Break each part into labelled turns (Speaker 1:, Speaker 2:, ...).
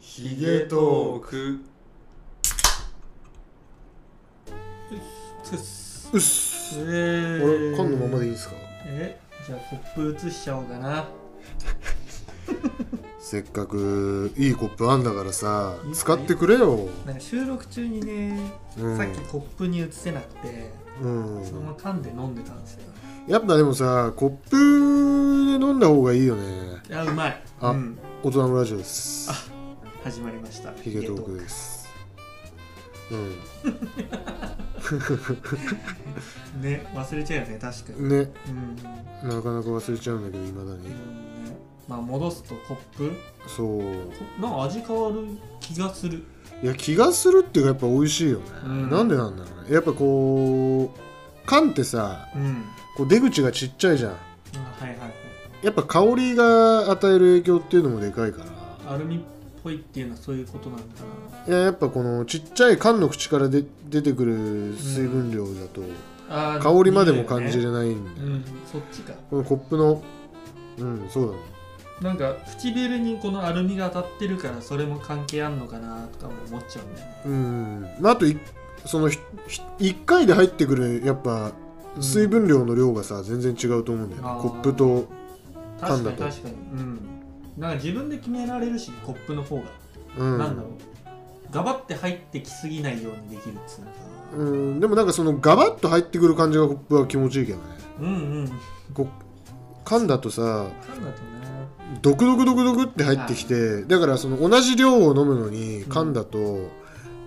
Speaker 1: ヒゲトー
Speaker 2: ク
Speaker 1: うっす
Speaker 3: えー
Speaker 1: 俺噛んのままでいいんすか
Speaker 3: えじゃあコップ移しちゃおうかな
Speaker 1: せっかくいいコップあんだからさ使ってくれよ
Speaker 3: なんか収録中にね、
Speaker 1: うん
Speaker 3: さっきコップに移せなくて
Speaker 1: うん
Speaker 3: そのまま噛んで飲んでたんですよ
Speaker 1: やっぱでもさコップで飲んだ方がいいよね
Speaker 3: いやうまい
Speaker 1: あ
Speaker 3: うん、
Speaker 1: 大人のラジオです
Speaker 3: 始まりました
Speaker 1: ヒゲトークです
Speaker 3: ね忘れちゃうよね確か
Speaker 1: う
Speaker 3: に
Speaker 1: んね
Speaker 3: うん、
Speaker 1: なかなか忘れちゃうんだけどいまだ
Speaker 3: う
Speaker 1: に
Speaker 3: んねまあ戻すとコップ
Speaker 1: そう
Speaker 3: なんか味変わる気がする
Speaker 1: いや気がするっていうかやっぱ美味しいよね、
Speaker 3: うん
Speaker 1: なんでなんだろうねやっぱこう缶ってさ
Speaker 3: うん
Speaker 1: こう出口がちっちゃいじゃん
Speaker 3: あはいはいはい
Speaker 1: やっぱ香りが与える影響っていうのもでかいから
Speaker 3: アルミっぽいっていうのはそういうことなんだ
Speaker 1: いややっぱこのちっちゃい缶の口からで出てくる水分量だと
Speaker 3: なあー
Speaker 1: 香りまでも感じ
Speaker 3: 匂い
Speaker 1: れないん
Speaker 3: だ
Speaker 1: で、
Speaker 3: よねうんそっちか
Speaker 1: このコップのうんそうだね
Speaker 3: なんか唇にこのアルミが当たってるからそれも関係あんのかなとかも思っちゃうんだよね
Speaker 1: うんまああといそのひひ一回で入ってくるやっぱ水分量の量がさ全然違うと思うんだよね、
Speaker 3: あー
Speaker 1: コップと
Speaker 3: 確か
Speaker 1: 缶だ
Speaker 3: に
Speaker 1: と
Speaker 3: 確かにうんなんか自分で決められるしコップの方が、
Speaker 1: うん
Speaker 3: なんだろうガバって入ってきすぎないようにできるっつうのかな
Speaker 1: うん、でもなんかそのガバッと入ってくる感じがコップは気持ちいいけどね
Speaker 3: うんうん
Speaker 1: こ缶だとさ
Speaker 3: 缶だとな
Speaker 1: ドクドクドクドクって入ってきてだからその同じ量を飲むのに缶だと、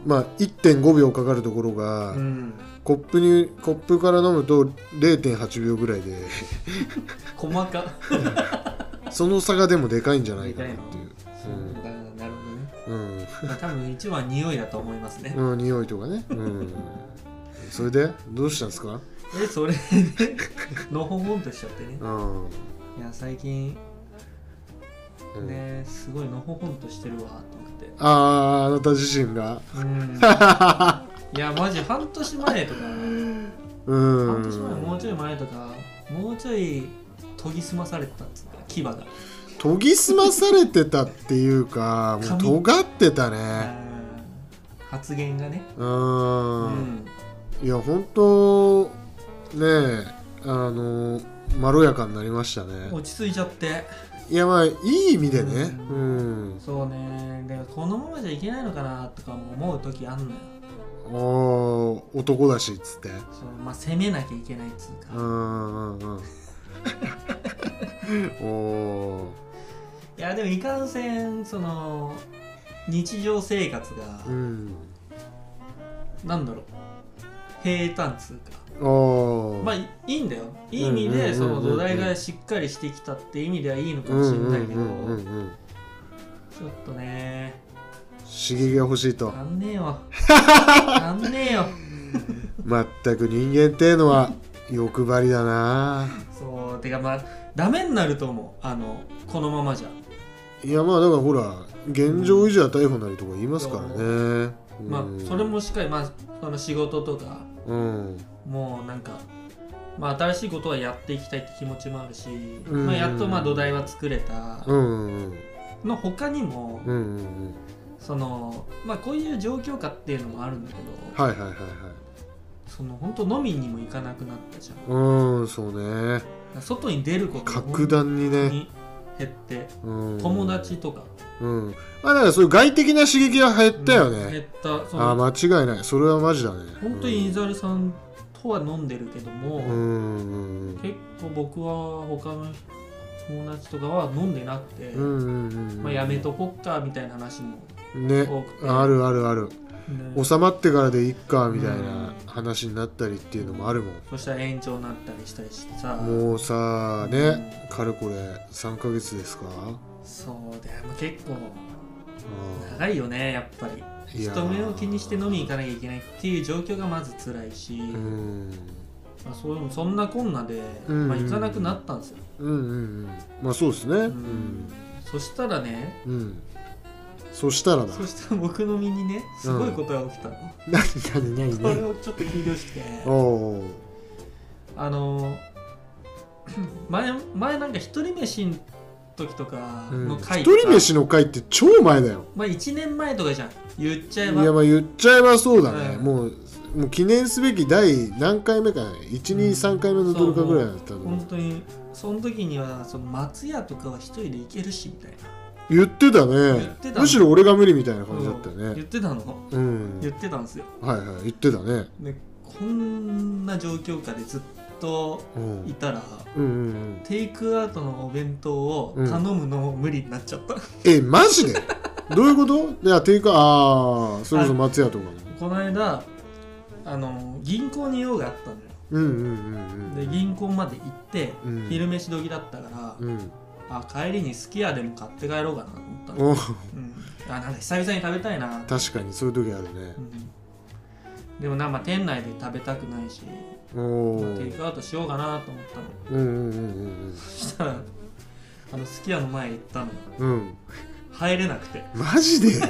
Speaker 1: まあ1.5秒かかるところが、
Speaker 3: うん
Speaker 1: コップにコップから飲むと0.8秒ぐら いで
Speaker 3: 細か
Speaker 1: その差がでもでかいんじゃないか なっていう
Speaker 3: そうだなるほどね、
Speaker 1: うん、
Speaker 3: まあ、多分一番匂いだと思いますね、
Speaker 1: うん、匂いとかね、うん、それでどうしたんですか、
Speaker 3: えそれで のほほんとしちゃってね
Speaker 1: うんうん
Speaker 3: いや最近ねすごいのほほんとしてるわと思って
Speaker 1: あああなた自身が
Speaker 3: うんいやマジ半年前とか
Speaker 1: うん
Speaker 3: 半年前もうちょい前とかもうちょい研ぎ澄まされてたんですか牙が
Speaker 1: 研ぎ澄まされてたっていうかも
Speaker 3: 髪
Speaker 1: う尖ってたね
Speaker 3: うん発言がね
Speaker 1: う、
Speaker 3: うん
Speaker 1: いや本当ねえあのまろやかになりましたね
Speaker 3: 落ち着いちゃって
Speaker 1: いやまあいい意味でねう、
Speaker 3: うんそうねでもこのままじゃいけないのかなとかも思う時あんのよ
Speaker 1: あー男だしっつって
Speaker 3: そうまあ攻めなきゃいけないっつう
Speaker 1: う
Speaker 3: か
Speaker 1: んうん うんおー
Speaker 3: いやでもいかんせんその日常生活が
Speaker 1: うん
Speaker 3: なんだろう平坦っつうか
Speaker 1: あー、
Speaker 3: まあいいいんだよいい意味で
Speaker 1: うん
Speaker 3: そ
Speaker 1: うんうんうんうん
Speaker 3: の土台がしっかりしてきたって意味ではいいのかもしれないけど
Speaker 1: うんうんうんうんうん
Speaker 3: ちょっとね
Speaker 1: 刺激が欲しいと
Speaker 3: なんねえ よなんねえよ
Speaker 1: 全く人間っていうのは欲張りだな
Speaker 3: そうてかまあダメになると思うあのこのままじゃ
Speaker 1: いやまあだからほら現状維持は逮捕なりとか言いますからね、うん
Speaker 3: まあそれもしっかりまあその仕事とか
Speaker 1: うん
Speaker 3: もうなんかまあ新しいことはやっていきたいって気持ちもあるし、
Speaker 1: ん
Speaker 3: まあ、やっとまあ土台は作れた
Speaker 1: うんうん
Speaker 3: の他にも
Speaker 1: うんうんうん
Speaker 3: そのまあこういう状況下っていうのもあるんだけど、
Speaker 1: はいはいはいはい
Speaker 3: その本当飲みにも行かなくなったじゃんだか
Speaker 1: うんそうね
Speaker 3: ら外に出ることが
Speaker 1: 格段に
Speaker 3: 本当
Speaker 1: ね、
Speaker 3: に減って
Speaker 1: うん、
Speaker 3: 友達とか
Speaker 1: うんまあだからそういう外的な刺激が減ったよ
Speaker 3: うん減
Speaker 1: ね、
Speaker 3: ったそ
Speaker 1: ああ
Speaker 3: の
Speaker 1: 間違いないそれはマジだね
Speaker 3: 本当にイザルさんとは飲んでるけども、
Speaker 1: うんうんうん
Speaker 3: 結構僕は他の友達とかは飲んでなくて、
Speaker 1: うんうんうんうん
Speaker 3: まあ、やめとこっかみたいな話も多
Speaker 1: ね
Speaker 3: くて、
Speaker 1: あるあるある
Speaker 3: ね
Speaker 1: 収まってからでいっかみたいな話になったりっていうのもあるもん
Speaker 3: そしたら延長になったりしたりしてさ
Speaker 1: もうさね、かれこれ3ヶ月ですか、
Speaker 3: そうだよもう結構
Speaker 1: う
Speaker 3: 長いよねやっぱり
Speaker 1: んいやー
Speaker 3: 人目を気にして飲みに行かなきゃいけないっていう状況がまず辛いし、
Speaker 1: うん
Speaker 3: まあ、そうそんなこんなで、
Speaker 1: うん
Speaker 3: まあ、行かなくなったんですよ、
Speaker 1: うんうんうんまあそうですねう
Speaker 3: うん
Speaker 1: ん、
Speaker 3: そしたらね
Speaker 1: うん、そしたらだ
Speaker 3: そしたら僕の身にねすごいことが起きたの、
Speaker 1: 何何
Speaker 3: これをちょっと聞いてほしくて
Speaker 1: おお
Speaker 3: あの前前なんか一人飯時とか
Speaker 1: うん
Speaker 3: の
Speaker 1: 一
Speaker 3: 回とか、
Speaker 1: 人飯の会って超前だよ
Speaker 3: まあ1年前とかじゃん言っちゃ
Speaker 1: い
Speaker 3: え
Speaker 1: や
Speaker 3: ば
Speaker 1: まあ言っちゃえばそうだね、
Speaker 3: うん
Speaker 1: もうもう記念すべき第何回目か
Speaker 3: う
Speaker 1: ね
Speaker 3: ん
Speaker 1: 123回目のどれかぐらいだったと思う
Speaker 3: 本当にその時にはその松屋とかは一人で行けるしみたいな
Speaker 1: 言ってたね
Speaker 3: 言ってた
Speaker 1: むしろ俺が無理みたいな感じだったよね
Speaker 3: 言ってたの
Speaker 1: うん
Speaker 3: 言ってたんですよ
Speaker 1: はいはい言ってたね
Speaker 3: でこんな状況下でずっと
Speaker 1: うん
Speaker 3: いたら
Speaker 1: うんうんうん
Speaker 3: テイクアウトのお弁当を頼むのも無理になっちゃった、
Speaker 1: えマジでどういうこといやていうかああそれこそ松屋とかね
Speaker 3: この間あの銀行に用があったのよ
Speaker 1: うんうんうん
Speaker 3: で銀行まで行って、
Speaker 1: うん
Speaker 3: 昼飯時だったから、
Speaker 1: うんうん
Speaker 3: あ帰りにすき家でも買って帰ろうかなと思ったの、
Speaker 1: お
Speaker 3: うん、あなんか久々に食べたいな
Speaker 1: 確かにそういう時あるね
Speaker 3: うんでもなんか店内で食べたくないし
Speaker 1: おお
Speaker 3: テイクアウトしようかなと思ったの
Speaker 1: うんうんうん
Speaker 3: そしたら あのすき家の前行ったの
Speaker 1: うんうんうん
Speaker 3: 入れなくて
Speaker 1: マジで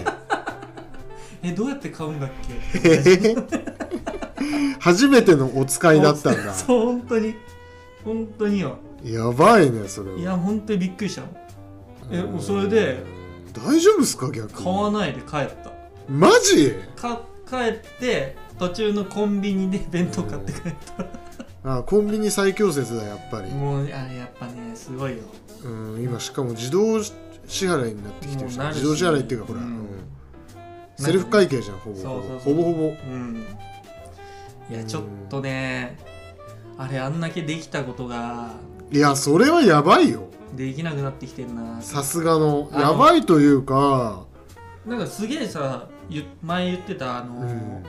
Speaker 3: えどうやって買うんだっけ
Speaker 1: えへへ初めてのお使いだったん だ
Speaker 3: そう本当に本当によ
Speaker 1: やばいねそれはい
Speaker 3: や本当にびっくりしたのえ
Speaker 1: うん
Speaker 3: それで
Speaker 1: 大丈夫っすか逆に
Speaker 3: 買わないで帰った
Speaker 1: マジ
Speaker 3: か帰って途中のコンビニで弁当買って帰っ
Speaker 1: あコンビニ最強説だやっぱり
Speaker 3: た、もうあれやっぱねすごいよ
Speaker 1: うん、今しかも自動支払いになってきてるし
Speaker 3: もうなるし
Speaker 1: 自動支払いっていうかほら、
Speaker 3: うん
Speaker 1: うんセルフ会計じゃんほぼ
Speaker 3: そうそうそ
Speaker 1: ほ
Speaker 3: う
Speaker 1: ぼほぼ
Speaker 3: うんいやちょっとねあれあんだけできたことが
Speaker 1: いやそれはやばいよ
Speaker 3: できなくなってきてるな
Speaker 1: さすがの
Speaker 3: あの
Speaker 1: やばいというか
Speaker 3: なんかすげえさゆ前言ってたあの、
Speaker 1: うん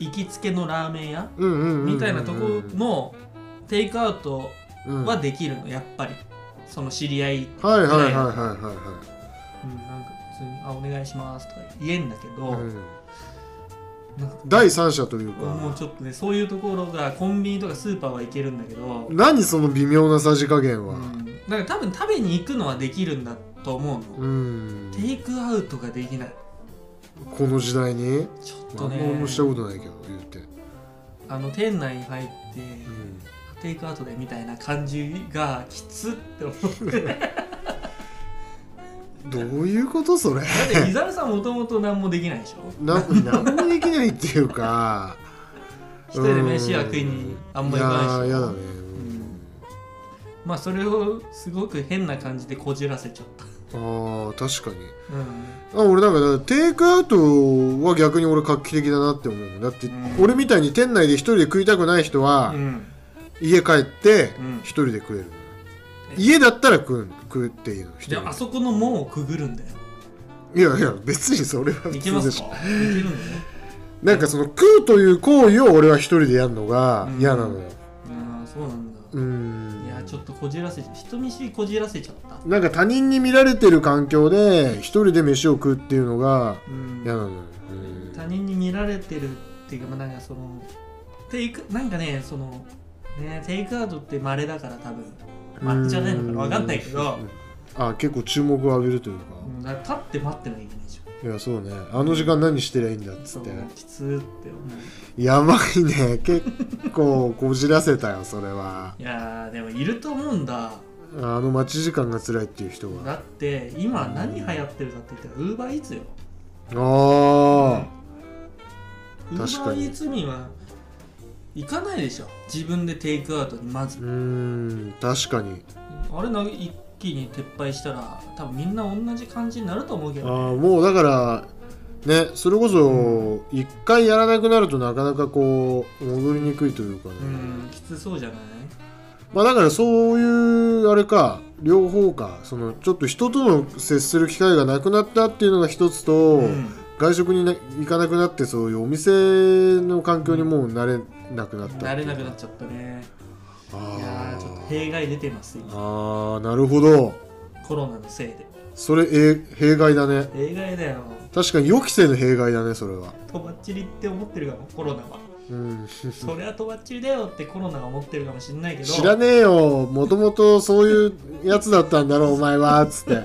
Speaker 3: 行きつけのラーメン屋
Speaker 1: うんうんうんうん
Speaker 3: みたいなとこのテイクアウト
Speaker 1: うん
Speaker 3: はできるのやっぱりその知り合い、うん、
Speaker 1: はいはいはいはいは
Speaker 3: なんか普通に「あお願いします」とか言えんだけど、
Speaker 1: いはい、うん
Speaker 3: なんか
Speaker 1: 第三者というか
Speaker 3: もうちょっとねそういうところがコンビニとかスーパーは行けるんだけど、
Speaker 1: 何その微妙なさじ加減
Speaker 3: う
Speaker 1: は、
Speaker 3: ん、なんか多分食べに行くのはできるんだと思うの、
Speaker 1: うん
Speaker 3: テイクアウトができない
Speaker 1: この時代に
Speaker 3: ちょっと
Speaker 1: 何
Speaker 3: ね
Speaker 1: もしたことないけど言って、
Speaker 3: あの店内に入って、
Speaker 1: うん
Speaker 3: テイクアウトでみたいな感じがきつって 思って
Speaker 1: どういうことそれ
Speaker 3: だって伊沢さんもともと何もできないでしょ
Speaker 1: な何もできないっていうか
Speaker 3: 一人で飯は食いにあんまり行かない
Speaker 1: い
Speaker 3: し
Speaker 1: やーやだね、
Speaker 3: まあそれをすごく変な感じでこじらせちゃった
Speaker 1: うん、あー確かに
Speaker 3: う
Speaker 1: あ俺なんかだからテイクアウトは逆に俺画期的だなって思うだって
Speaker 3: うん
Speaker 1: 俺みたいに店内で一人で食いたくない人は
Speaker 3: ん、うん、
Speaker 1: 家帰って
Speaker 3: うん
Speaker 1: 一人で食えるのよ、
Speaker 3: え
Speaker 1: 家だったら食う食うっていうの一人
Speaker 3: で
Speaker 1: で
Speaker 3: あそこの門をくぐるんだよ
Speaker 1: いやいや別にそれは普
Speaker 3: 行け
Speaker 1: 通
Speaker 3: ます
Speaker 1: で
Speaker 3: か
Speaker 1: しょ
Speaker 3: 行けるんだね
Speaker 1: なんかその食うという行為を俺は一人でやるのが嫌なのよ
Speaker 3: ああそうなんだ、
Speaker 1: うん
Speaker 3: いやちょっとこじらせちゃ人見知りこじらせちゃった
Speaker 1: なんか他人に見られてる環境で一人で飯を食うっていうのが
Speaker 3: うん
Speaker 1: 嫌なのようん
Speaker 3: 他人に見られてるっていうかまあなんかそのテイクなんかねそのねテイクアウトって稀だから多分まあじゃないのかなわかんないけど
Speaker 1: あ結構注目を浴びるというか
Speaker 3: うんだから立って待ってないといけないでしょ
Speaker 1: いやそうねあの時間何してりゃいいんだっつ
Speaker 3: そ
Speaker 1: っ
Speaker 3: う
Speaker 1: て
Speaker 3: きつーって思う
Speaker 1: やばいね結構こじらせたよそれはい
Speaker 3: やーでもいると思うんだ
Speaker 1: あの待ち時間が辛いっていう人が
Speaker 3: だって今何流行ってるかって言ったらウーバーイーツよ
Speaker 1: あ
Speaker 3: ウーバ
Speaker 1: 確か
Speaker 3: ーイ
Speaker 1: に
Speaker 3: ーツには行かないでしょ自分でテイクアウトにまず
Speaker 1: ーうーん確かに
Speaker 3: あれな一気に撤廃したら多分みんな同じ感じになると思うけ
Speaker 1: あ
Speaker 3: どね
Speaker 1: ーもうだからねそれこ
Speaker 3: う
Speaker 1: そ一回やらなくなるとなかなかこう戻りにくいというかね、
Speaker 3: うんきつそうじゃない
Speaker 1: まあだからそういうあれか両方かそのちょっと人との接する機会がなくなったっていうのが一つと、
Speaker 3: うん
Speaker 1: 外食にな行かなくなってそういうお店の環境にもう慣れなくなったっていう
Speaker 3: 慣れなくなっちゃったねいや
Speaker 1: あ
Speaker 3: ーちょっと
Speaker 1: ー
Speaker 3: 弊害出てます今
Speaker 1: あーなるほど
Speaker 3: コロナのせいで
Speaker 1: それえ弊害だね
Speaker 3: 弊害だよ
Speaker 1: 確かに予期せぬ弊害だねそれは
Speaker 3: とばっちりって思ってるかもコロナは
Speaker 1: うん
Speaker 3: そりゃとばっちりだよってコロナが思ってるかもしんないけど
Speaker 1: 知らねえよもともとそういうやつだったんだろお前はつって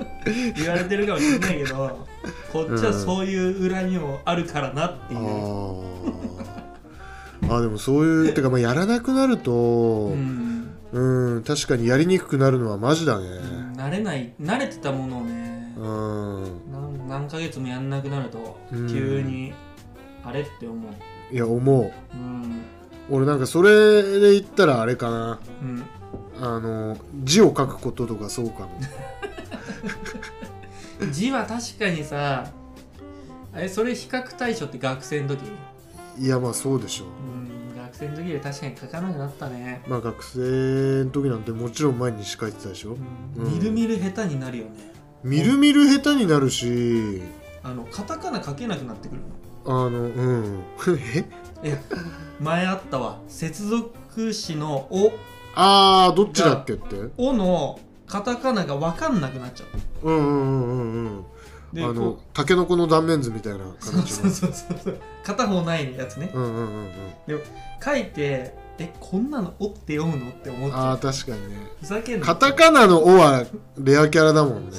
Speaker 3: 言われてるかもしんないけ どこっちはそういう恨みもあるからなって
Speaker 1: あ
Speaker 3: いう、
Speaker 1: ーあでもそういうてかまあやらなくなると、
Speaker 3: うん
Speaker 1: うん確かにやりにくくなるのはマジだね
Speaker 3: うん慣れない慣れてたものをね
Speaker 1: うん
Speaker 3: 何何ヶ月もやんなくなると
Speaker 1: うん
Speaker 3: 急にあれって思う
Speaker 1: いや思う
Speaker 3: うん
Speaker 1: 俺なんかそれで言ったらあれかな
Speaker 3: うん
Speaker 1: あの字を書くこととかそうかも
Speaker 3: 字は確かにさえそれ比較対象って学生の時
Speaker 1: いやまあそうでしょう
Speaker 3: うん学生の時で確かに書かなくなったね、
Speaker 1: まあ学生の時なんてもちろん毎日書いてたでしょ
Speaker 3: うんみるみる下手になるよね
Speaker 1: みるみる下手になるし
Speaker 3: あのカタカナ書けなくなってくるの
Speaker 1: あのうんえ
Speaker 3: 前あったわ接続詞の「お
Speaker 1: ああどっちだっけってうん」
Speaker 3: おのカタカナが分かんなくなっちゃう
Speaker 1: うんうんうんうん
Speaker 3: で
Speaker 1: あの
Speaker 3: こう
Speaker 1: タケノコの断面図みたいな
Speaker 3: そう
Speaker 1: 形
Speaker 3: そう
Speaker 1: の
Speaker 3: そうそうそう片方ないやつね
Speaker 1: うんうんうんうん
Speaker 3: 書いてえこんなの「お」って読むのって思っち
Speaker 1: あ
Speaker 3: ゃ
Speaker 1: あ
Speaker 3: う
Speaker 1: 確かにね
Speaker 3: ふざけんな
Speaker 1: カタカナの「お」はレアキャラだもんね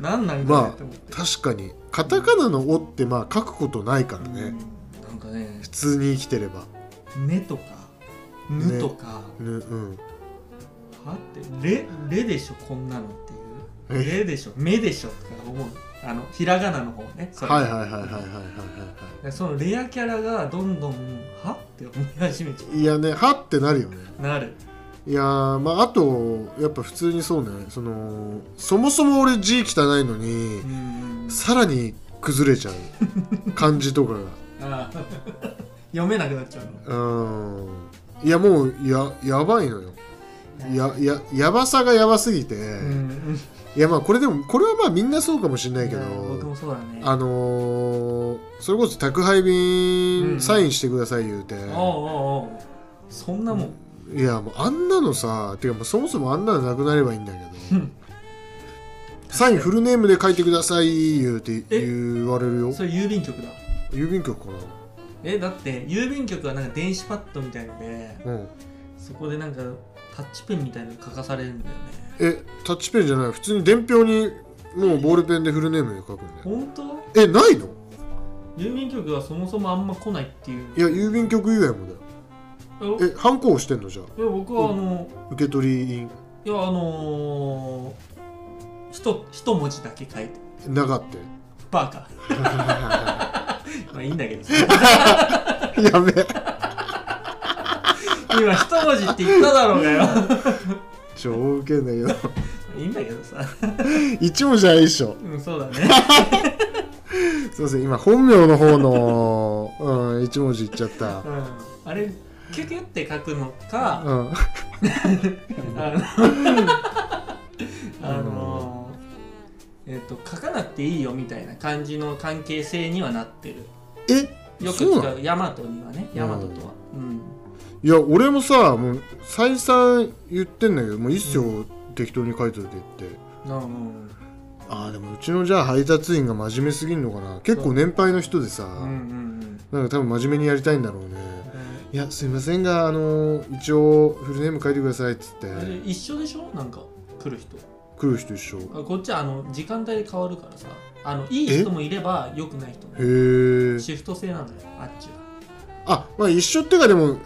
Speaker 3: なんなん
Speaker 1: ま
Speaker 3: こ
Speaker 1: あ
Speaker 3: れって思って、
Speaker 1: 確かにカタカナの「お」ってまあ書くことないから
Speaker 3: う
Speaker 1: ね
Speaker 3: んなんかね
Speaker 1: 普通に生きてれば
Speaker 3: 「ね」とか「ぬ」とか、
Speaker 1: ねうん
Speaker 3: はって「れ」「れ」でしょこんなのっていう「
Speaker 1: え
Speaker 3: れ」でしょ「目」でしょとか思うあのひらがなの方ねそれ
Speaker 1: はいはいはいはいはいはいは
Speaker 3: でそのレアキャラがどんどん「は?」って思い始めちゃ
Speaker 1: いはいいやねはってなるよね
Speaker 3: うなる
Speaker 1: いやーまああとやっぱ普通にそうねそのそもそも俺字汚いのに
Speaker 3: うん
Speaker 1: さらに崩れちゃう漢字とか
Speaker 3: あ あ読めなくなっちゃうの
Speaker 1: がうんいやもうややばいのよやややばさがやばすぎて、
Speaker 3: うん
Speaker 1: いやまあこれでもこれはまあみんなそうかもしれないけど
Speaker 3: 僕もそうだね
Speaker 1: あのー、それこそ宅配
Speaker 3: う
Speaker 1: 便
Speaker 3: ん
Speaker 1: サインしてください言うて、
Speaker 3: おうおうおうそんなもん、
Speaker 1: いやもうあんなのさてかもうそもそもあんなのなくなればいいんだけどサインフルネームで書いてください言うて
Speaker 3: え
Speaker 1: 言われるよ
Speaker 3: それ郵便局だ
Speaker 1: 郵便局か
Speaker 3: えだって郵便局はなんか電子パッドみたいので
Speaker 1: なうん
Speaker 3: そこでなんかタッチペンみたいなの書かされるんだよね
Speaker 1: えタッチペンじゃない普通に伝票にもうボールペンでフルネームで書くんだよ
Speaker 3: 本当
Speaker 1: えないの
Speaker 3: 郵便局はそもそもあんま来ないっていう
Speaker 1: いや郵便局以外もだよ
Speaker 3: いや
Speaker 1: えハンコ押してんのじゃあ
Speaker 3: 僕はあの、
Speaker 1: 受け取り員
Speaker 3: いやあのー、ひと一文字だけ書いて
Speaker 1: なか って
Speaker 3: バカまあいいんだけどさ
Speaker 1: やべえ
Speaker 3: 今一文字って言っただろうがよ
Speaker 1: 超ウケんだけど
Speaker 3: いいんだけどさ
Speaker 1: 一文字はいいっしょ
Speaker 3: うんそうだね
Speaker 1: すいません今本名の方の、うん、一文字いっちゃった
Speaker 3: うんあれキュキュって書くのか、
Speaker 1: うん
Speaker 3: あのあのーえっ、と書かなくていいよみたいな感じの関係性にはなってる
Speaker 1: え
Speaker 3: よく
Speaker 1: そうな
Speaker 3: 使
Speaker 1: の
Speaker 3: うヤマトにはねヤマトとはうん
Speaker 1: いや俺もさもう再三言ってんだけどもう一生適当に書いといてって、
Speaker 3: うんうん
Speaker 1: ああでもうちのじゃあ配達員が真面目すぎるのかな結構年配の人でさ、
Speaker 3: うんうん
Speaker 1: なんか多分真面目にやりたいんだろうね
Speaker 3: うん
Speaker 1: いやすいませんがあの一応フルネーム書いてくださいっつって
Speaker 3: あれ一緒でしょなんか来る人
Speaker 1: 来る人一緒へ
Speaker 3: あこっちはあの時間帯で変わるからさあのいい人もいれば良くない人もいる
Speaker 1: え
Speaker 3: シフト制なんだよあっちは
Speaker 1: あまあ一緒ってかでも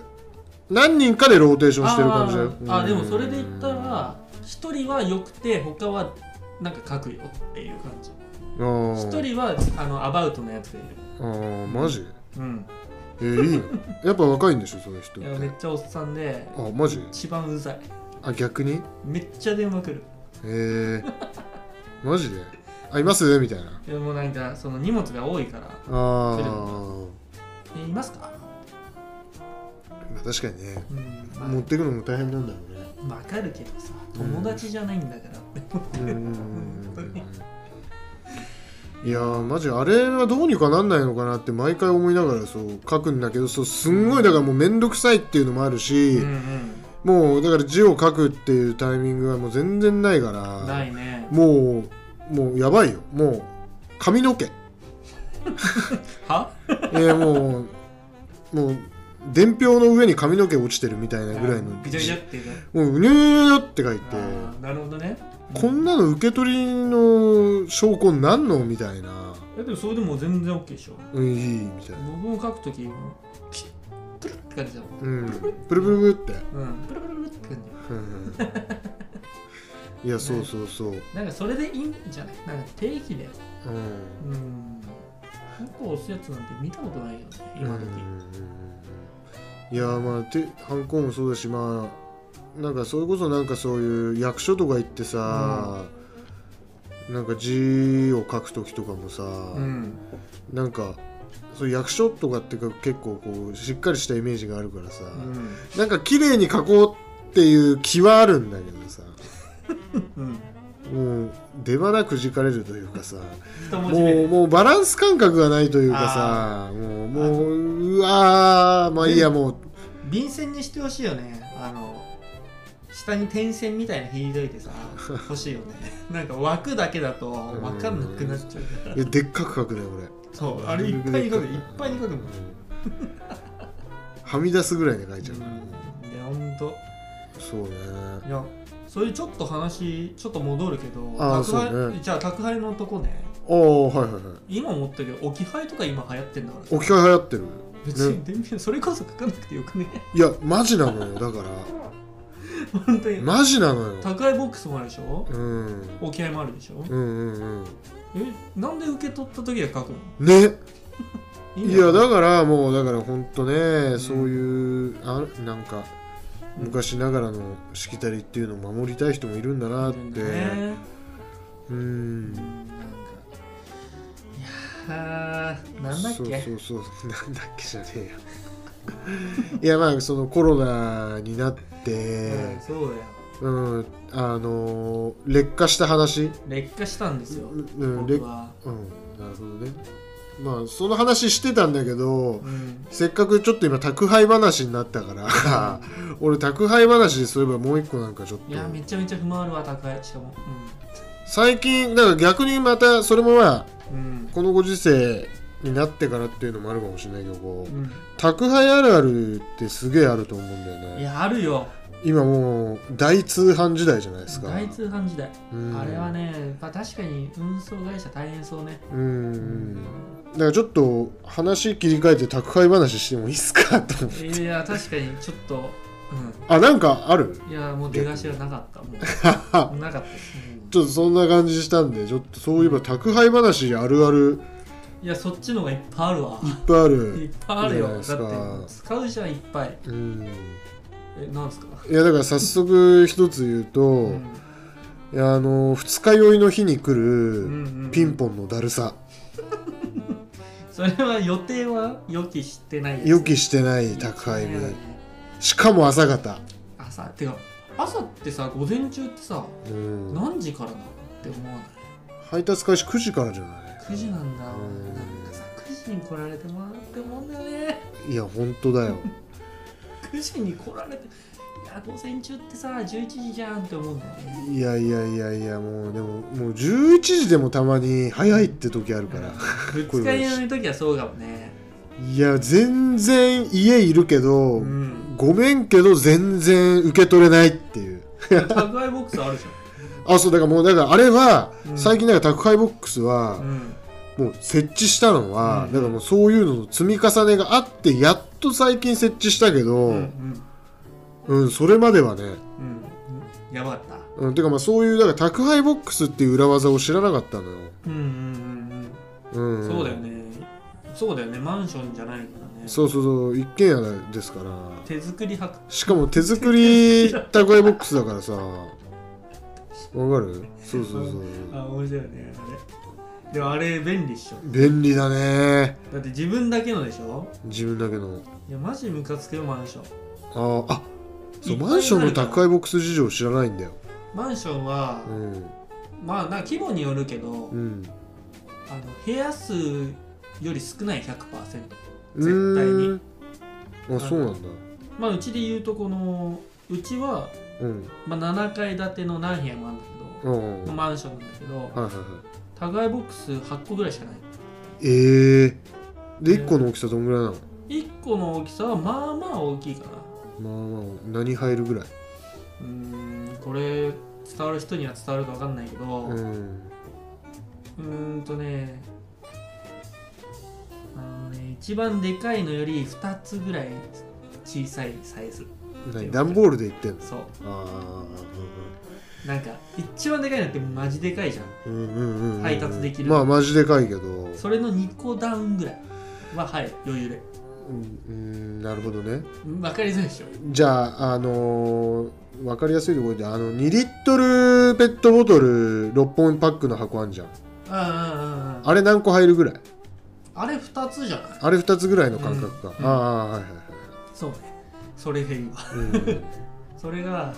Speaker 1: 何人かでローテーションしてる感じだよ
Speaker 3: あーあでもそれで言
Speaker 1: うん
Speaker 3: ったら一人は良くて他はなんか書くよっていう感じ
Speaker 1: あー
Speaker 3: 一人はあのアバウトのやつでいる
Speaker 1: あーマジ
Speaker 3: うん
Speaker 1: えー、いいのやっぱ若いんでしょそういう人
Speaker 3: いやめっちゃおっさんで
Speaker 1: あマジ
Speaker 3: 一番うざい
Speaker 1: あ逆に
Speaker 3: めっちゃ電話来る
Speaker 1: えー、マジであいますみたいない
Speaker 3: やもうなんかその荷物が多いから
Speaker 1: あ
Speaker 3: 来る
Speaker 1: ー
Speaker 3: 「えいますか?
Speaker 1: まあ確かにね」
Speaker 3: うんまあ
Speaker 1: 持ってくのも大変なんだろうね
Speaker 3: わかるけどさ友達じゃないんだからって
Speaker 1: うん うん
Speaker 3: 本当に
Speaker 1: いやーマジあれはどうにかなんないのかなって毎回思いながらそう書くんだけどそうすんごいだからもう面倒くさいっていうのもあるし、
Speaker 3: うん
Speaker 1: もうだから字を書くっていうタイミングはもう全然ないか
Speaker 3: う
Speaker 1: ら
Speaker 3: んないね
Speaker 1: もうもうやばいよもう髪の毛
Speaker 3: は
Speaker 1: えー、もう、もう、伝票の上に髪の毛落ちてるみたいなぐらいの、
Speaker 3: ぐちゃぐちゃっていう
Speaker 1: もう、うにゅーって書いて、
Speaker 3: あーなるほどね
Speaker 1: こんなの受け取りの証拠なんのみたいな、
Speaker 3: えでもそれでも全然 OK でしょ
Speaker 1: うん、いい、みたいな。
Speaker 3: 僕も書くときピップルって感じだもん
Speaker 1: うん、プルプルプルって。
Speaker 3: うんプルプルプルってくんだよ
Speaker 1: うんいやそうそうそう、うん、
Speaker 3: なんかそれでいいんじゃないなんか定期でうんなんか押すやつなんて見たことないよね今時
Speaker 1: うんうんうんうんいやまあてハンコもそうだしまあなんかそれこそなんかそういう役所とか行ってさ、なんか字を書く時とかもさ、
Speaker 3: うん
Speaker 1: なんかそういう役所とかってか結構こうしっかりしたイメージがあるからさ、
Speaker 3: うん
Speaker 1: なんか綺麗に書こうっていう気はあるんだけどさ
Speaker 3: うん
Speaker 1: もう出花くじかれるというか さ
Speaker 3: 一文字目
Speaker 1: もう
Speaker 3: で
Speaker 1: もうバランス感覚がないというかさもうもううわーまあいいやもう
Speaker 3: 便箋にしてほしいよねあの下に点線みたいなの引いといてさ欲しいよね なんか枠だけだと分かんなくなっちゃうから
Speaker 1: いやでっかく書くね俺
Speaker 3: そうあれいっぱいに書くいっぱいに書くもん
Speaker 1: はみ出すぐらいで書いちゃう、
Speaker 3: うんいやほんと
Speaker 1: そうね
Speaker 3: いやそういうちょっと話ちょっと戻るけど
Speaker 1: あー
Speaker 3: 宅配
Speaker 1: そうね
Speaker 3: じゃあ宅配のとこね
Speaker 1: ああはいはいはい
Speaker 3: 今思ったけど置き配とか今流行ってんだからさ
Speaker 1: 置き換え流行ってる
Speaker 3: 別に電源それこそ書かなくてよくね
Speaker 1: いやマジなのよだから
Speaker 3: 本当に
Speaker 1: マジなのよ
Speaker 3: 宅配ボックスもあるでしょ
Speaker 1: うん
Speaker 3: 置き配もあるでしょ
Speaker 1: うんうん
Speaker 3: えなんで受け取った時は書くの
Speaker 1: うんね
Speaker 3: いいん
Speaker 1: い
Speaker 3: じゃな
Speaker 1: や
Speaker 3: い
Speaker 1: だからもうだからほんとね、
Speaker 3: ん
Speaker 1: そういうあなんか
Speaker 3: うん
Speaker 1: 昔ながらのしきたりっていうのを守りたい人もいるんだなっ
Speaker 3: いるん
Speaker 1: て
Speaker 3: だね
Speaker 1: うん
Speaker 3: いやーなんだっけ
Speaker 1: そうそうそうなんだっけじゃねえや いやまあそのコロナになって
Speaker 3: うん、そうだよ
Speaker 1: うんあのー劣化した話、
Speaker 3: 劣化したんですよ、
Speaker 1: うん劣
Speaker 3: 僕は、
Speaker 1: うん、なるほどねまあその話してたんだけど、
Speaker 3: うん、
Speaker 1: せっかくちょっと今宅配話になったから 俺宅配話でそういえばもう一個なんかちょっと
Speaker 3: いやめちゃめちゃ不満あるわ宅配しかも
Speaker 1: 最近だから逆にまたそれもまあ
Speaker 3: うん
Speaker 1: このご時世になってからっていうのもあるかもしれないけどこ
Speaker 3: う、
Speaker 1: うん宅配あるあるってすげえあると思うんだよ
Speaker 3: うん、い
Speaker 1: ね
Speaker 3: やあるよ
Speaker 1: 今もう大通販時代じゃないですか
Speaker 3: 大通販時代、
Speaker 1: うん
Speaker 3: あれはね、まあ、確かに運送会社大変そうね
Speaker 1: うんだからちょっと話切り替えて宅配話してもいいっすかと 思う
Speaker 3: いや確かにちょっと、
Speaker 1: あなんかある
Speaker 3: うん、いやもう出がしはなかったもう なかったです、うん
Speaker 1: ちょっとそんな感じしたんでちょっとそういえば宅配話あるある
Speaker 3: いやそっちの方がいっぱいあるわ
Speaker 1: いっぱいあ
Speaker 3: い
Speaker 1: る
Speaker 3: っぱいあるよ
Speaker 1: いい
Speaker 3: だっ
Speaker 1: じゃない
Speaker 3: て
Speaker 1: です
Speaker 3: 使うじゃんいっぱい
Speaker 1: うん
Speaker 3: えなんですか
Speaker 1: いやだから早速一つ言うと、
Speaker 3: うん
Speaker 1: いやあの二日酔いの日に来
Speaker 3: う
Speaker 1: る
Speaker 3: んうん
Speaker 1: ピンポンのだるさ、
Speaker 3: それは予定は予期してないやつ
Speaker 1: 予期してない宅配
Speaker 3: 予期してない
Speaker 1: 便
Speaker 3: よね
Speaker 1: しかも朝方
Speaker 3: 朝てか朝ってさ午前中ってさ
Speaker 1: うん
Speaker 3: 何時からなのって思わない
Speaker 1: 配達開始9時からじゃない
Speaker 3: 9時なんだ
Speaker 1: うん
Speaker 3: なんかさ9時に来られてもらって思うんだよね
Speaker 1: いや本当だよ
Speaker 3: 9時に来られていや午前中ってさ11時じゃんって思うんだよね
Speaker 1: いやいやいやいやもうでももう11時でもたまに早いって時あるから、
Speaker 3: ぶつかり合いの時はそうかもね
Speaker 1: いや全然家いるけど、
Speaker 3: うん
Speaker 1: ごめんけど全然受け取れないっていう
Speaker 3: 宅配ボックスあるじ
Speaker 1: あそうだからもうだからあれは、
Speaker 3: うん
Speaker 1: 最近だから宅配ボックス
Speaker 3: ゃん、
Speaker 1: は、
Speaker 3: うん、
Speaker 1: もう設置したのは、
Speaker 3: うん
Speaker 1: だからもうそういうのの積み重ねがあってやっと最近設置したけど、
Speaker 3: う
Speaker 1: うん
Speaker 3: うん
Speaker 1: んそれまではね、
Speaker 3: うんうんやばかった
Speaker 1: うん、てかまあそういうだから宅配ボックスっていう裏技を知らなかったのよ、
Speaker 3: うんうんうん
Speaker 1: う
Speaker 3: うん
Speaker 1: ん、
Speaker 3: そうだよねそうだよねマンションじゃないからね
Speaker 1: そうそうそう一軒家ですから
Speaker 3: 手作り白
Speaker 1: しかも手作り宅配ボックスだからさわかるそうそうそう
Speaker 3: あ面白いねあれでもあれ便利っしょ
Speaker 1: 便利だね
Speaker 3: だって自分だけのでしょ
Speaker 1: 自分だけの
Speaker 3: いやマジムカつくよマンション
Speaker 1: ああそ
Speaker 3: いうっぱい
Speaker 1: マンションの
Speaker 3: なる
Speaker 1: 宅
Speaker 3: から
Speaker 1: 配ボックス事情知らないんだよ
Speaker 3: マンションは、
Speaker 1: うん
Speaker 3: まあなんか規模によるけど、
Speaker 1: うん
Speaker 3: あの部屋数より少ない100%絶対に
Speaker 1: うーんあそうなんだ
Speaker 3: まあうちで言うとこのうちは、
Speaker 1: うん
Speaker 3: まあ、7階建ての何部屋もあるんだけ
Speaker 1: うん
Speaker 3: ど、
Speaker 1: はい
Speaker 3: マンションなんだけど
Speaker 1: はいはい
Speaker 3: 互いボックス8個ぐらいしかない
Speaker 1: ええで1個の大きさどんぐらいなの
Speaker 3: 1個の大きさはまあまあ大きいかな
Speaker 1: まあまあ何入るぐらいう
Speaker 3: ーんこれ伝わる人には伝わるか分かんないけど、
Speaker 1: う
Speaker 3: うんーんとねあのね一番でかいのより2つぐらい小さいサイズ
Speaker 1: 何段ボールでいってんの
Speaker 3: そ
Speaker 1: あ
Speaker 3: うなんか一番でかいのってマジでかいじゃん
Speaker 1: あうんうんうんうん
Speaker 3: 配達できる
Speaker 1: まあマジでかいけどう
Speaker 3: それの2個ダウンぐらいははい余裕で
Speaker 1: んうんなるほどね
Speaker 3: 分かりづらいでしょ
Speaker 1: じゃああのー、分かりやすいところであの2リットルペットボトル6本パックの箱あんじゃん
Speaker 3: ああ
Speaker 1: あれ何個入るぐらい
Speaker 3: あれ2つじゃない
Speaker 1: あれ2つぐらいの感覚か、
Speaker 3: うん
Speaker 1: ああはいは
Speaker 3: そうねそれが今
Speaker 1: いはい
Speaker 3: それが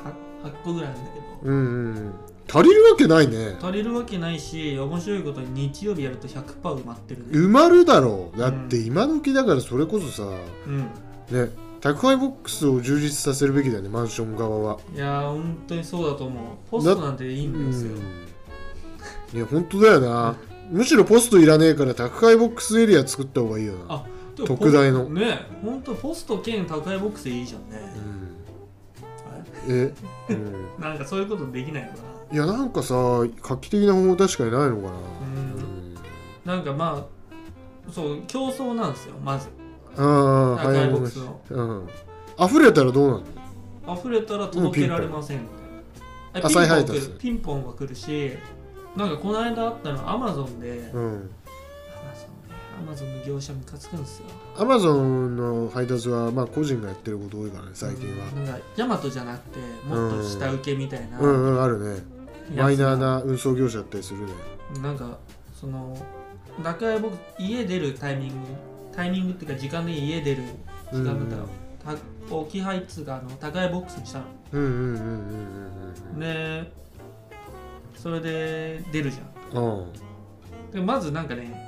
Speaker 3: 8, 個ぐらいなんだけど
Speaker 1: うん、うんうん、足りるわけないね
Speaker 3: 足りるわけないし面白いことに日曜日やると100%埋まってるね
Speaker 1: 埋まるだろうだって今時だからそれこそさ
Speaker 3: うん
Speaker 1: ね宅配ボックスを充実させるべきだよねマンション側はい
Speaker 3: やー本当にそうだと思うポストなんていいんですよ
Speaker 1: いや本当だよなむしろポストいらねえから宅配ボックスエリア作った方がいいよな
Speaker 3: あでも
Speaker 1: 特大の
Speaker 3: ポね本当ポスト兼宅配ボックスでいいじゃんね
Speaker 1: うんえ、うん、
Speaker 3: なんかそういうことできないのか
Speaker 1: いやなんかさ画期的な方法確かにないのかな
Speaker 3: なうんなんかまあそう競争なんですよまず
Speaker 1: うんああ
Speaker 3: 宅
Speaker 1: 早
Speaker 3: 配
Speaker 1: い
Speaker 3: ボ
Speaker 1: も
Speaker 3: ッ
Speaker 1: の
Speaker 3: ク
Speaker 1: し
Speaker 3: スの
Speaker 1: うん溢れたらどうなの
Speaker 3: 溢れたら届けられませんみたいなピ
Speaker 1: あ
Speaker 3: ン
Speaker 1: 再
Speaker 3: ポ
Speaker 1: 配
Speaker 3: ン来
Speaker 1: 達
Speaker 3: るピンポンが来るしなんかこの間あったのアマゾンで
Speaker 1: うん
Speaker 3: アマゾンの業者ムカつくんですよ
Speaker 1: アマゾンの配達はまあ個人がやってること多いからね最近は、
Speaker 3: なんかヤマトじゃなくてもっと下請けみたいな、
Speaker 1: うんうんあるね
Speaker 3: やつが
Speaker 1: マイナーな運送業者だったりするね
Speaker 3: なんかその宅配ボックス家出るタイミングタイミングっていうか時間で家出る時間だったら、た置き配っつうかあの宅配ボックスにしたの
Speaker 1: うんうんうんうん
Speaker 3: でそれで出るじゃ
Speaker 1: うんうんうん
Speaker 3: んでまずなんかね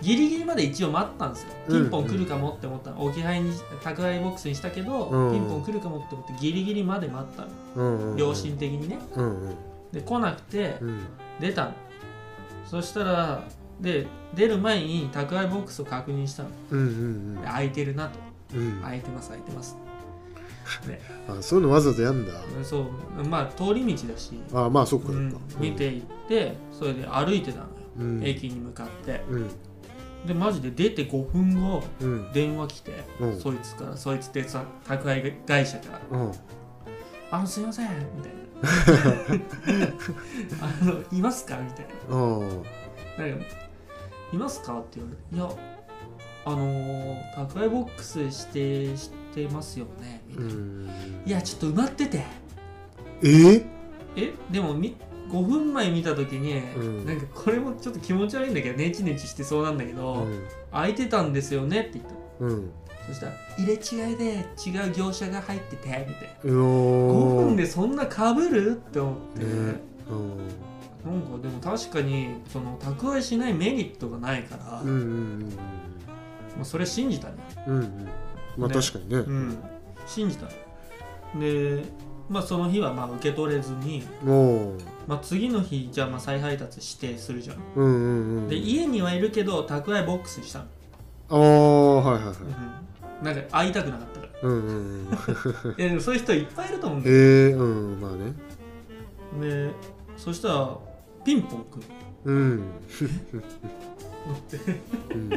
Speaker 3: ギリギリまで一応待ったんですよ
Speaker 1: うん
Speaker 3: ピンポン来るかもって思ったの置き配に宅配ボックスにしたけど、
Speaker 1: うん
Speaker 3: ピンポン来るかもって思ってギリギリまで待ったの
Speaker 1: うんうんうん
Speaker 3: 良心的にね
Speaker 1: うんうん
Speaker 3: で来なくて
Speaker 1: うん
Speaker 3: 出たのそしたらで出る前に宅配ボックスを確認したの
Speaker 1: うんうん
Speaker 3: で空いてるなと
Speaker 1: うんうん
Speaker 3: 空いてます空いてます
Speaker 1: あそういうのわざとやんだ
Speaker 3: でそうまあ通り道だし、
Speaker 1: あまあそうかそううんか、
Speaker 3: 見て行ってそれで歩いてたのよ、
Speaker 1: うん
Speaker 3: 駅に向かって
Speaker 1: うん
Speaker 3: でマジで出て5分後
Speaker 1: うん
Speaker 3: 電話来て、
Speaker 1: うん
Speaker 3: そいつからそいつってさ宅配会社から
Speaker 1: うん
Speaker 3: 「あのすいません」みたいな 「あのいますか?」みたいな
Speaker 1: うん
Speaker 3: なんかいますか?」って言われて「いやあのー、宅配ボックス指定してますよね」みた
Speaker 1: う
Speaker 3: いな「
Speaker 1: ん
Speaker 3: いやちょっと埋まってて
Speaker 1: え
Speaker 3: えでもみ5分前見た時に、
Speaker 1: うん
Speaker 3: なんかこれもちょっと気持ち悪いんだけどネチネチしてそうなんだけど、
Speaker 1: うん
Speaker 3: 空いてたんですよねって言ったの
Speaker 1: うん
Speaker 3: そしたら入れ違いで違う業者が入っててみたいな
Speaker 1: う
Speaker 3: 5
Speaker 1: お
Speaker 3: 分
Speaker 1: ー
Speaker 3: でそんなかぶるって思って、
Speaker 1: ねうん
Speaker 3: なんかでも確かにその宅配しないメリットがないから、
Speaker 1: うんう
Speaker 3: ま
Speaker 1: ん
Speaker 3: あ、それ信じたね
Speaker 1: うんうんうんまあ
Speaker 3: ね
Speaker 1: 確かにね
Speaker 3: うん信じたでまあその日はまあ受け取れずに、
Speaker 1: おー
Speaker 3: まあ、次の日じゃあまあ再配達指定するじゃん
Speaker 1: うんうんうん
Speaker 3: で家にはいるけど宅配ボックスにしたの、
Speaker 1: ああはいはいはい
Speaker 3: うん、なんか会いたくなかったか
Speaker 1: うんうん うん
Speaker 3: らいやでもそういう人いっぱいいると思うんだよ
Speaker 1: ええうんまあね
Speaker 3: でそしたらピンポンくん
Speaker 1: うん
Speaker 3: 乗って
Speaker 1: うん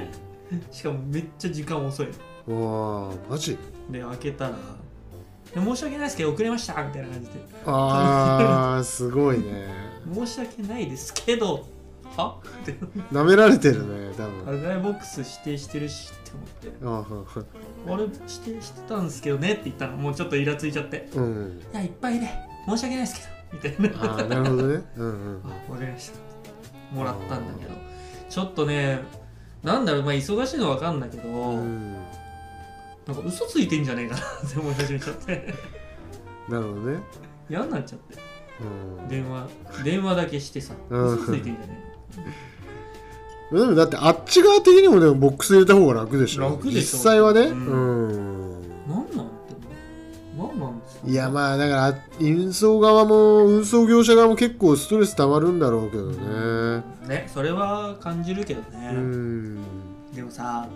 Speaker 3: しかもめっちゃ時間遅い
Speaker 1: わあマジ
Speaker 3: で開けたら「で申し訳ないですけど遅れました」みたいな感じで
Speaker 1: あーすごいね
Speaker 3: 「申し訳ないですけどは?」って
Speaker 1: 舐められてるね多分
Speaker 3: 宅配ボックス指定してるしって思って
Speaker 1: あー
Speaker 3: あれ指定してたんですけどねって言ったのもうちょっとイラついちゃって
Speaker 1: うん
Speaker 3: 「いやいっぱいで申し訳ないですけど」みたいな
Speaker 1: ああなるほどねうんうん
Speaker 3: あわかりましたもらったんだけどちょっとねなんだろうまあ忙しいのは分かんだけど、
Speaker 1: うん
Speaker 3: なんか嘘ついてんじゃねえかなって思い始めちゃって
Speaker 1: なるほどね
Speaker 3: 嫌になっちゃって
Speaker 1: うん
Speaker 3: 電話電話だけしてさ
Speaker 1: うん
Speaker 3: 嘘ついてんじゃね
Speaker 1: でもだってあっち側的にもでもボックス入れた方が楽でしょ
Speaker 3: 楽でしょ
Speaker 1: 実際はねう、
Speaker 3: うんえなんなんって思うなんなんですか
Speaker 1: いやまあだから運送側も運送業者側も結構ストレスたまるんだろうけどね
Speaker 3: ねそれは感じるけどね、
Speaker 1: うん
Speaker 3: でもさ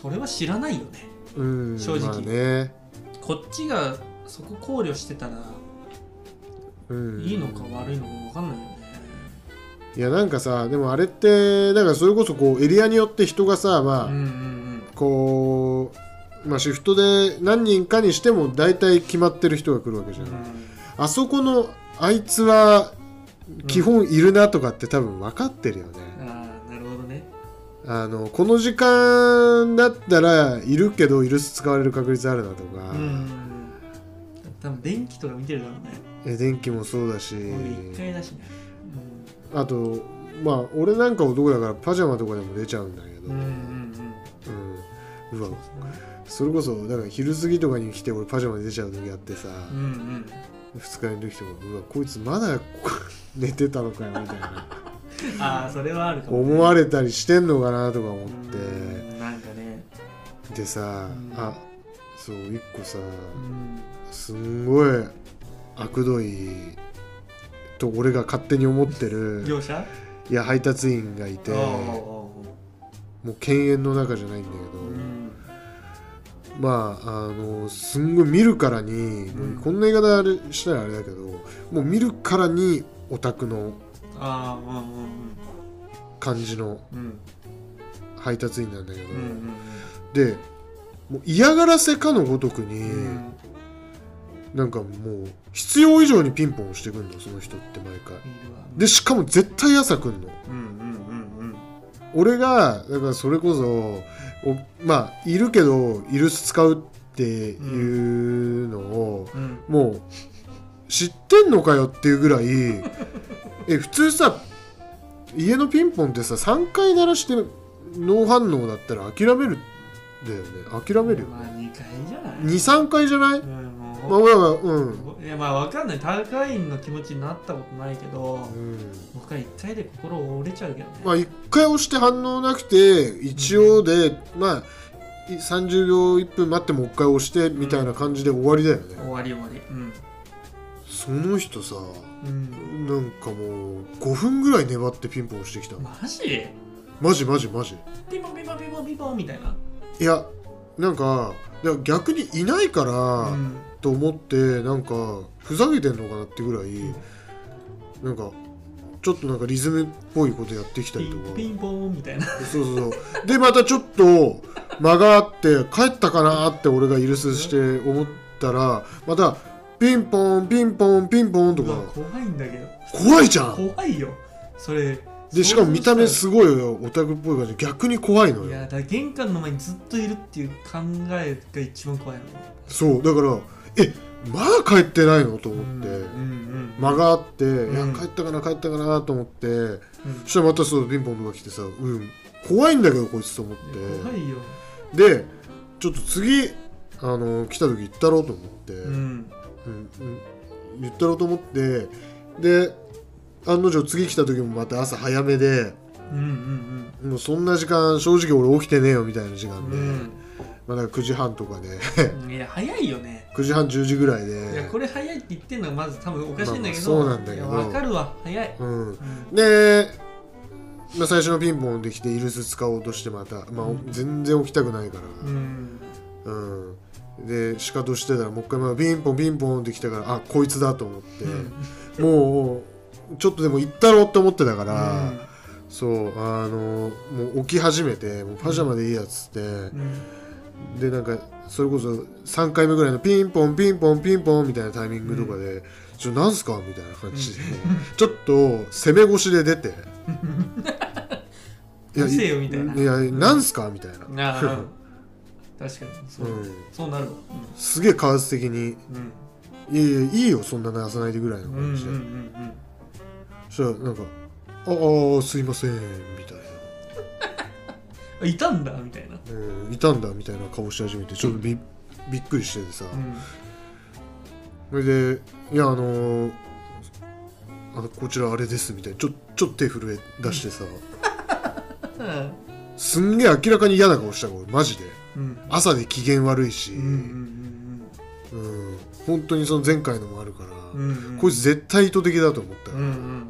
Speaker 3: それは知らないよね
Speaker 1: うん
Speaker 3: 正直
Speaker 1: まあね
Speaker 3: こっちがそこ考慮してたら
Speaker 1: うん
Speaker 3: いいのか悪いのか分かんないよね
Speaker 1: いやなんかさでもあれってだからそれこそこうエリアによって人がさまあ、
Speaker 3: うんうん
Speaker 1: こまあ、シフトで何人かにしても大体決まってる人が来るわけじゃん、あそこのあいつは基本いるなとかって多分分かってるよね、
Speaker 3: ああなるほどね
Speaker 1: あのこの時間だったらいるけどいる使われる確率あるなとか、
Speaker 3: うん多分電気とか見てるだろうね
Speaker 1: え電気もそうだし、
Speaker 3: 俺一回だしね
Speaker 1: あとまあ俺なんか男だからパジャマとかでも出ちゃうんだけ
Speaker 3: う
Speaker 1: ど、
Speaker 3: んうんうん
Speaker 1: うんうわ
Speaker 3: う
Speaker 1: それこそだから昼過ぎとかに来て俺パジャマで出ちゃう時あってさ、
Speaker 3: んうん
Speaker 1: 二日の時とかうわこいつまだ寝てたのかよみたいな
Speaker 3: ああそれはあるかも
Speaker 1: 思われたりしてんのかなとか思っ
Speaker 3: うんなんかね
Speaker 1: てでさ
Speaker 3: うん
Speaker 1: あそう一個さ
Speaker 3: うん
Speaker 1: すんごい悪どいと俺が勝手に思ってる
Speaker 3: 業者
Speaker 1: いや配達員がいて
Speaker 3: おう
Speaker 1: も
Speaker 3: おう
Speaker 1: う犬猿の中じゃないんだ
Speaker 3: おうう
Speaker 1: け
Speaker 3: ん
Speaker 1: どまああのすんごい見るからに
Speaker 3: うん
Speaker 1: もうこんな言い方あれしたらあれだけどもう見るからにオタクの
Speaker 3: ああうんうん
Speaker 1: 感じの
Speaker 3: うんうん
Speaker 1: 配達員なんだけど。
Speaker 3: うんうん
Speaker 1: でもう嫌がらせかのごとくに、
Speaker 3: うん
Speaker 1: なんかもう必要以上にピンポン押してくんのその人って
Speaker 3: い
Speaker 1: 毎回
Speaker 3: るわ
Speaker 1: でしかも絶対朝来んの
Speaker 3: うんうんうんうん
Speaker 1: 俺がだからそれこそおまあいるけどいる使うっていうのを、
Speaker 3: うん
Speaker 1: もう知ってんのかよっていう ぐらいえ普通さ家のピンポンってさ3回鳴らして脳反応だったら諦めるんだよね諦めるよ
Speaker 3: まあ2階じゃない
Speaker 1: 23回じゃない
Speaker 3: うん
Speaker 1: まあ、
Speaker 3: も
Speaker 1: まあまあうん、
Speaker 3: ういやまあわかんない高いの気持ちになったことないけど
Speaker 1: うん、
Speaker 3: 僕は1回で心折れちゃうけどね
Speaker 1: まあ一回押して反応なくて一応で、まあい30秒1分待ってもう一回押してみたいな感じで終わりだよね、
Speaker 3: 終わり終わりうん
Speaker 1: その人さ
Speaker 3: うん
Speaker 1: なんかもう5分ぐらい粘ってピンポン押してきた
Speaker 3: マジ
Speaker 1: マジマジマジ
Speaker 3: ピンポンピンポンピンポンピンポンみたいない
Speaker 1: やなんかいや逆にいないか
Speaker 3: う
Speaker 1: ら
Speaker 3: ん
Speaker 1: と思ってなんかふざけてんのかなってぐらいなんかちょっとなんかリズムっぽいことやってきた
Speaker 3: ピ
Speaker 1: りとか
Speaker 3: ンピンポンみたいな
Speaker 1: そうそうそうでまたちょっと間があって帰ったかなって俺がイルスして思ったらまたピンポンピンポンピンポンと
Speaker 3: う
Speaker 1: か
Speaker 3: わ怖いんだけど
Speaker 1: 怖いじゃん
Speaker 3: 怖いよそれ
Speaker 1: でしかも見た目す
Speaker 3: ご
Speaker 1: ごいオタクっぽい感じ逆に怖いの
Speaker 3: いや
Speaker 1: よ
Speaker 3: だから玄関の前にずっといるっていう考えが一番怖いの
Speaker 1: そうだからえまだ帰ってないのと
Speaker 3: う
Speaker 1: 思
Speaker 3: ん
Speaker 1: っ
Speaker 3: う
Speaker 1: て
Speaker 3: ん
Speaker 1: 間があって、いや
Speaker 3: うん
Speaker 1: 帰ったかな帰ったかなと思って、
Speaker 3: うん
Speaker 1: そしたらまたそうピンポンとか来てさうん怖いんだけどこいつと思っ
Speaker 3: いや怖
Speaker 1: て
Speaker 3: いよ
Speaker 1: でちょっと次あの来た時行ったろうと思って、
Speaker 3: うん
Speaker 1: うんうん言ったろうと思ってで案の定次来た時もまた朝早めで
Speaker 3: うんうん
Speaker 1: もうそんな時間正直俺起きてねえよみたいな時間
Speaker 3: うん
Speaker 1: で、
Speaker 3: うん
Speaker 1: まあ、だから9時半とかで
Speaker 3: いや早いよね。
Speaker 1: 9時半10時ぐらい
Speaker 3: いや
Speaker 1: で
Speaker 3: これ早いって言ってんのがまず多分おかしいんだけど。
Speaker 1: まあまあそうなんだけど
Speaker 3: いやわかるわ早い。
Speaker 1: うん
Speaker 3: うん
Speaker 1: で、まあ、最初のピンポンできてイルス使おうとしてまた、まあ
Speaker 3: うん、
Speaker 1: 全然起きたくないか
Speaker 3: うん。
Speaker 1: らうん、でシカトしてたらもう一回まあピンポンピンポンってきたからあこいつだと思って、もうちょっとでも行ったろうって思ってたから、そうあのもう起き始めてもうパジャマでいいやっつって、
Speaker 3: うんうん
Speaker 1: でなんかそれこそ3回目ぐらいのピンポンピンポンピンポンみたいなタイミングとかで「ちょなんすか?」みたいな感じで、ちょっと攻め腰で出て「
Speaker 3: うるせえよみたいない
Speaker 1: やなんすか?」みたいな、
Speaker 3: ああ確かにそう、
Speaker 1: うん
Speaker 3: そうなるわ。
Speaker 1: すげえ間接的に
Speaker 3: うんうん
Speaker 1: 「いやいやいいよそんな流さないで」ぐらいの
Speaker 3: うんうんうん
Speaker 1: 感じで、
Speaker 3: うん。
Speaker 1: そしたらなんか「ああすいません」みたいな。
Speaker 3: あいたんだみたいな。
Speaker 1: うんいたんだみたいな顔し始めてちょっとび,、びっくりしててさ、
Speaker 3: うん
Speaker 1: それで「いやあのーあのこちらあれです」みたいなちょちょっと手震え出してさ、すんげえ明らかに嫌な顔した俺マジで
Speaker 3: うん
Speaker 1: 朝で機嫌悪いし、
Speaker 3: うんうん
Speaker 1: うん本当にその前回のもあるから、
Speaker 3: うんうんうん。
Speaker 1: こいつ絶対意図的だと思った
Speaker 3: う
Speaker 1: よ
Speaker 3: んうんうん。
Speaker 1: うん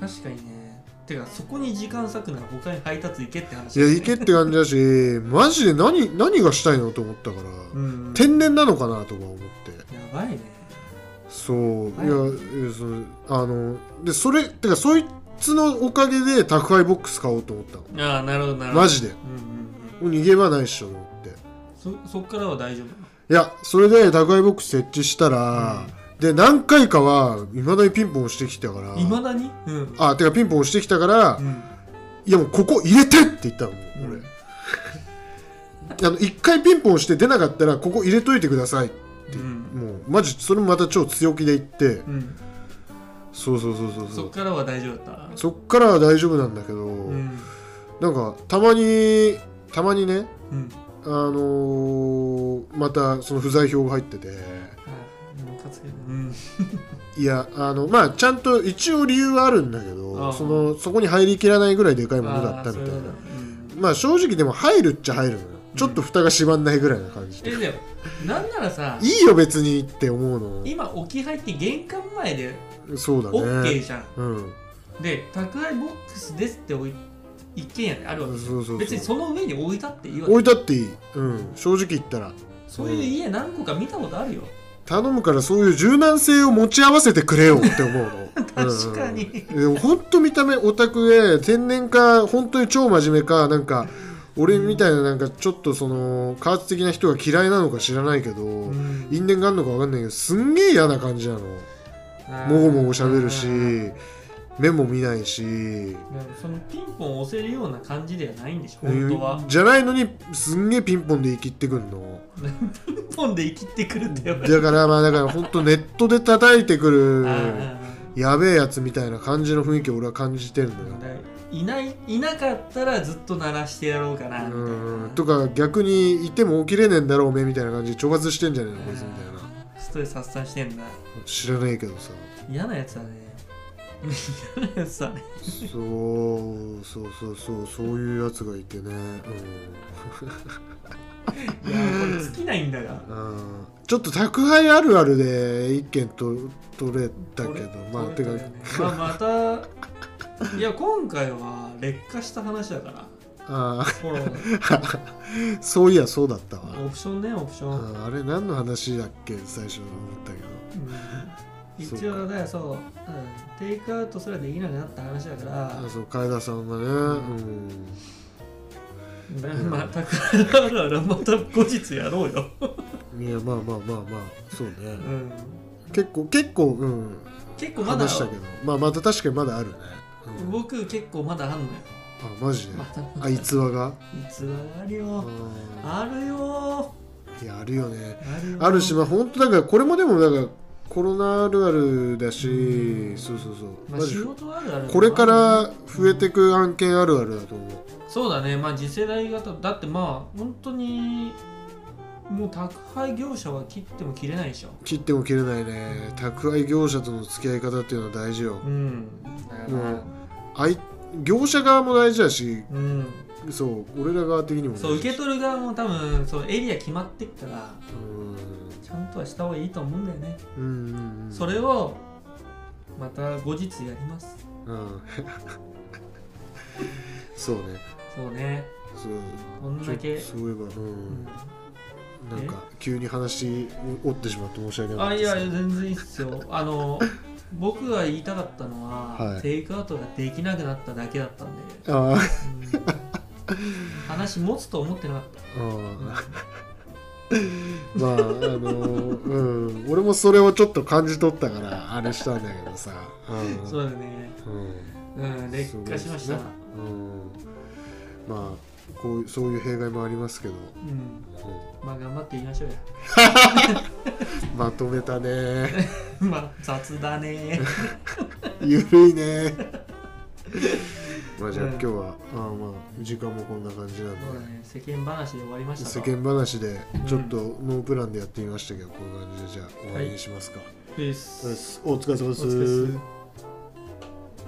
Speaker 3: 確かにね。てかそこに時間割くなら他に配達行けって話
Speaker 1: い
Speaker 3: だ
Speaker 1: や
Speaker 3: よね。
Speaker 1: 行けって感じだしマジで何何がしたいのと思ったから、
Speaker 3: うんうん。
Speaker 1: 天然なのかなとか思って
Speaker 3: やばいね。
Speaker 1: そうい
Speaker 3: は
Speaker 1: や
Speaker 3: い
Speaker 1: えそのあのでそれてかそいつのおかげで宅配ボックス買おうと思ったの
Speaker 3: ああなるほどなるほど。
Speaker 1: マジで
Speaker 3: うんうんうん。
Speaker 1: もう逃げ場ないっしょと思って
Speaker 3: そそそっからは大丈夫
Speaker 1: いやそれで宅配ボックス設置したら、で何回かはいまだにピンポン押してきたから
Speaker 3: いまだにうん、
Speaker 1: あてかピンポン押してきたから、
Speaker 3: うん、
Speaker 1: いやもうここ入れてって言ったのもう俺、
Speaker 3: うん
Speaker 1: あの1回ピンポン押して出なかったらここ入れといてください
Speaker 3: うん、
Speaker 1: もうマジそれもまた超強気で言って
Speaker 3: うん、
Speaker 1: そうそうそうそうそ
Speaker 3: そっ
Speaker 1: う
Speaker 3: からは大丈夫だった
Speaker 1: そっからは大丈夫なんだけど、
Speaker 3: うん
Speaker 1: なんかたまにたまにね
Speaker 3: うん
Speaker 1: あのーまたその不在表が入ってて
Speaker 3: はいムカつくうん
Speaker 1: いやあのまあちゃんと一応理由はあるんだけど
Speaker 3: ああ
Speaker 1: そのそこに入りきらないぐらいでかいものだ
Speaker 3: あー
Speaker 1: った
Speaker 3: そう
Speaker 1: み
Speaker 3: い
Speaker 1: た
Speaker 3: う
Speaker 1: い
Speaker 3: こ
Speaker 1: な
Speaker 3: とだうん
Speaker 1: まあ正直でも入るっちゃ入るのよ、
Speaker 3: うん
Speaker 1: ちょっと蓋が閉まんないぐらいな感じで
Speaker 3: えでもなんならさ
Speaker 1: いいよ別にって思うの
Speaker 3: 今置き配って玄関前で
Speaker 1: そうだね、
Speaker 3: OK じゃん、
Speaker 1: うん
Speaker 3: で宅配ボックスですって置い一軒家であるわけ
Speaker 1: そうそうそう
Speaker 3: 別にその上に置いたっていいわけ
Speaker 1: 置いたっていい、うん、正直言ったら
Speaker 3: そういう家何個か見たことあるよ
Speaker 1: 頼むからそういう柔軟性を持ち合わせてくれよって思うの
Speaker 3: 確かに
Speaker 1: うんでもほんと見た目オタクで天然か本当に超真面目かなんか俺みたいななんかちょっとその加圧的な人が嫌いなのか知らないけど、
Speaker 3: うん
Speaker 1: 因縁があるのか分かんないけどすんげえ嫌な感じなのもごもごしゃべるし
Speaker 3: あー
Speaker 1: 目も見ないし
Speaker 3: そのピンポン押せるような感じではないんでしょ本当は
Speaker 1: じゃないのにすんげえピンポンで生きってくんの
Speaker 3: ピンポンで生きてくるってやばい
Speaker 1: だからまあだから本当ネットで叩いてくる
Speaker 3: あー
Speaker 1: やべえやつみたいな感じの雰囲気を俺は感じてるんだよ
Speaker 3: だからいないいなかったらずっと鳴らしてやろうかなみたいな
Speaker 1: うんとか逆にいても起きれねえんだろうおめえみたいな感じで懲罰してんじゃねえのこいつみたいな
Speaker 3: ストレス発散してんだ
Speaker 1: 知らないけどさ
Speaker 3: 嫌なやつだね嫌なやつだね
Speaker 1: そうそうそうそうそういうやつがいてね、
Speaker 3: いやこれ尽きないんだが
Speaker 1: うん、あーちょっと宅配あるあるで一件と取れたけ
Speaker 3: これ
Speaker 1: どまあ
Speaker 3: これ
Speaker 1: てか
Speaker 3: だよねまあまたいや今回は劣化した話だ から
Speaker 1: あ
Speaker 3: フォロー
Speaker 1: ーそういやそうだったわ
Speaker 3: のオプションねオプション、
Speaker 1: あーあれ何の話だっけ最初思ったけど
Speaker 3: うん一応ねそう、うん、テイクアウトすらできなくなった話だから
Speaker 1: あ、そう楓田さんがね、うん、ん
Speaker 3: まあ宅配あるあるはまた後日やろうよ、
Speaker 1: いやまあまあまあまあそうね、
Speaker 3: うん、
Speaker 1: 結構結構うん
Speaker 3: 結構まだ
Speaker 1: 話したけどまあまた確かにまだあるね、うんあ
Speaker 3: 僕結構まだあんのよ
Speaker 1: マジで
Speaker 3: また
Speaker 1: あ逸話が
Speaker 3: 逸話あるよあ
Speaker 1: あ
Speaker 3: るよ
Speaker 1: ーいやあるよね
Speaker 3: あるよ
Speaker 1: あるしまあ本当だからこれもでもだからコロナあるあるだし、
Speaker 3: うん
Speaker 1: そうそうそう
Speaker 3: まあ
Speaker 1: マジ
Speaker 3: 仕事あるある
Speaker 1: これから増えてく案件あるあるだと思う
Speaker 3: そうだねまあ次世代型だってまあ本当にもう宅配業者は切っても切れないでしょ
Speaker 1: 切っても切れないね宅配業者との付き合い方っていうのは大事よ
Speaker 3: うん
Speaker 1: もあい業者側も大事だし
Speaker 3: うん
Speaker 1: そう俺ら側的にも大事
Speaker 3: そう受け取る側も多分そうエリア決まってっから
Speaker 1: うん
Speaker 3: ちゃんとはした方がいいと思うんだよね、
Speaker 1: うんうんうん、
Speaker 3: それをまた後日やります
Speaker 1: うん そうね
Speaker 3: そうね
Speaker 1: そう
Speaker 3: こんだけ
Speaker 1: ちょそういえば、う
Speaker 3: うんん、
Speaker 1: なんか急に話を折ってしまって申し訳な
Speaker 3: あ
Speaker 1: い
Speaker 3: いや全然いいっすよあの僕が言いたかったのは、
Speaker 1: はい
Speaker 3: テイクアウトができなくなっただけだったんで、
Speaker 1: あ
Speaker 3: う
Speaker 1: ー
Speaker 3: ん話持つと思ってなかっ
Speaker 1: あ
Speaker 3: た、
Speaker 1: ーまああのーうん俺もそれをちょっと感じ取ったからあれしたんだけどさ、うん、
Speaker 3: そうだね
Speaker 1: うん
Speaker 3: うん劣化しました、
Speaker 1: そうですねうん、まあこういうそういう弊害もありますけど、う
Speaker 3: うん
Speaker 1: ん
Speaker 3: まあ頑張っていきましょうや
Speaker 1: まとめたね
Speaker 3: まあ雑だ ね
Speaker 1: ゆるいねまあじゃあ
Speaker 3: うん
Speaker 1: 今日は、ああまあ時間もこんな感じなんで
Speaker 3: そうだね世間話で終わりました
Speaker 1: 世
Speaker 3: か
Speaker 1: 間話でちょっとノープランでやってみましたけど、こういう感じでじゃあ終わりにしますか、
Speaker 3: です
Speaker 1: お疲れ様です
Speaker 3: お疲れ様です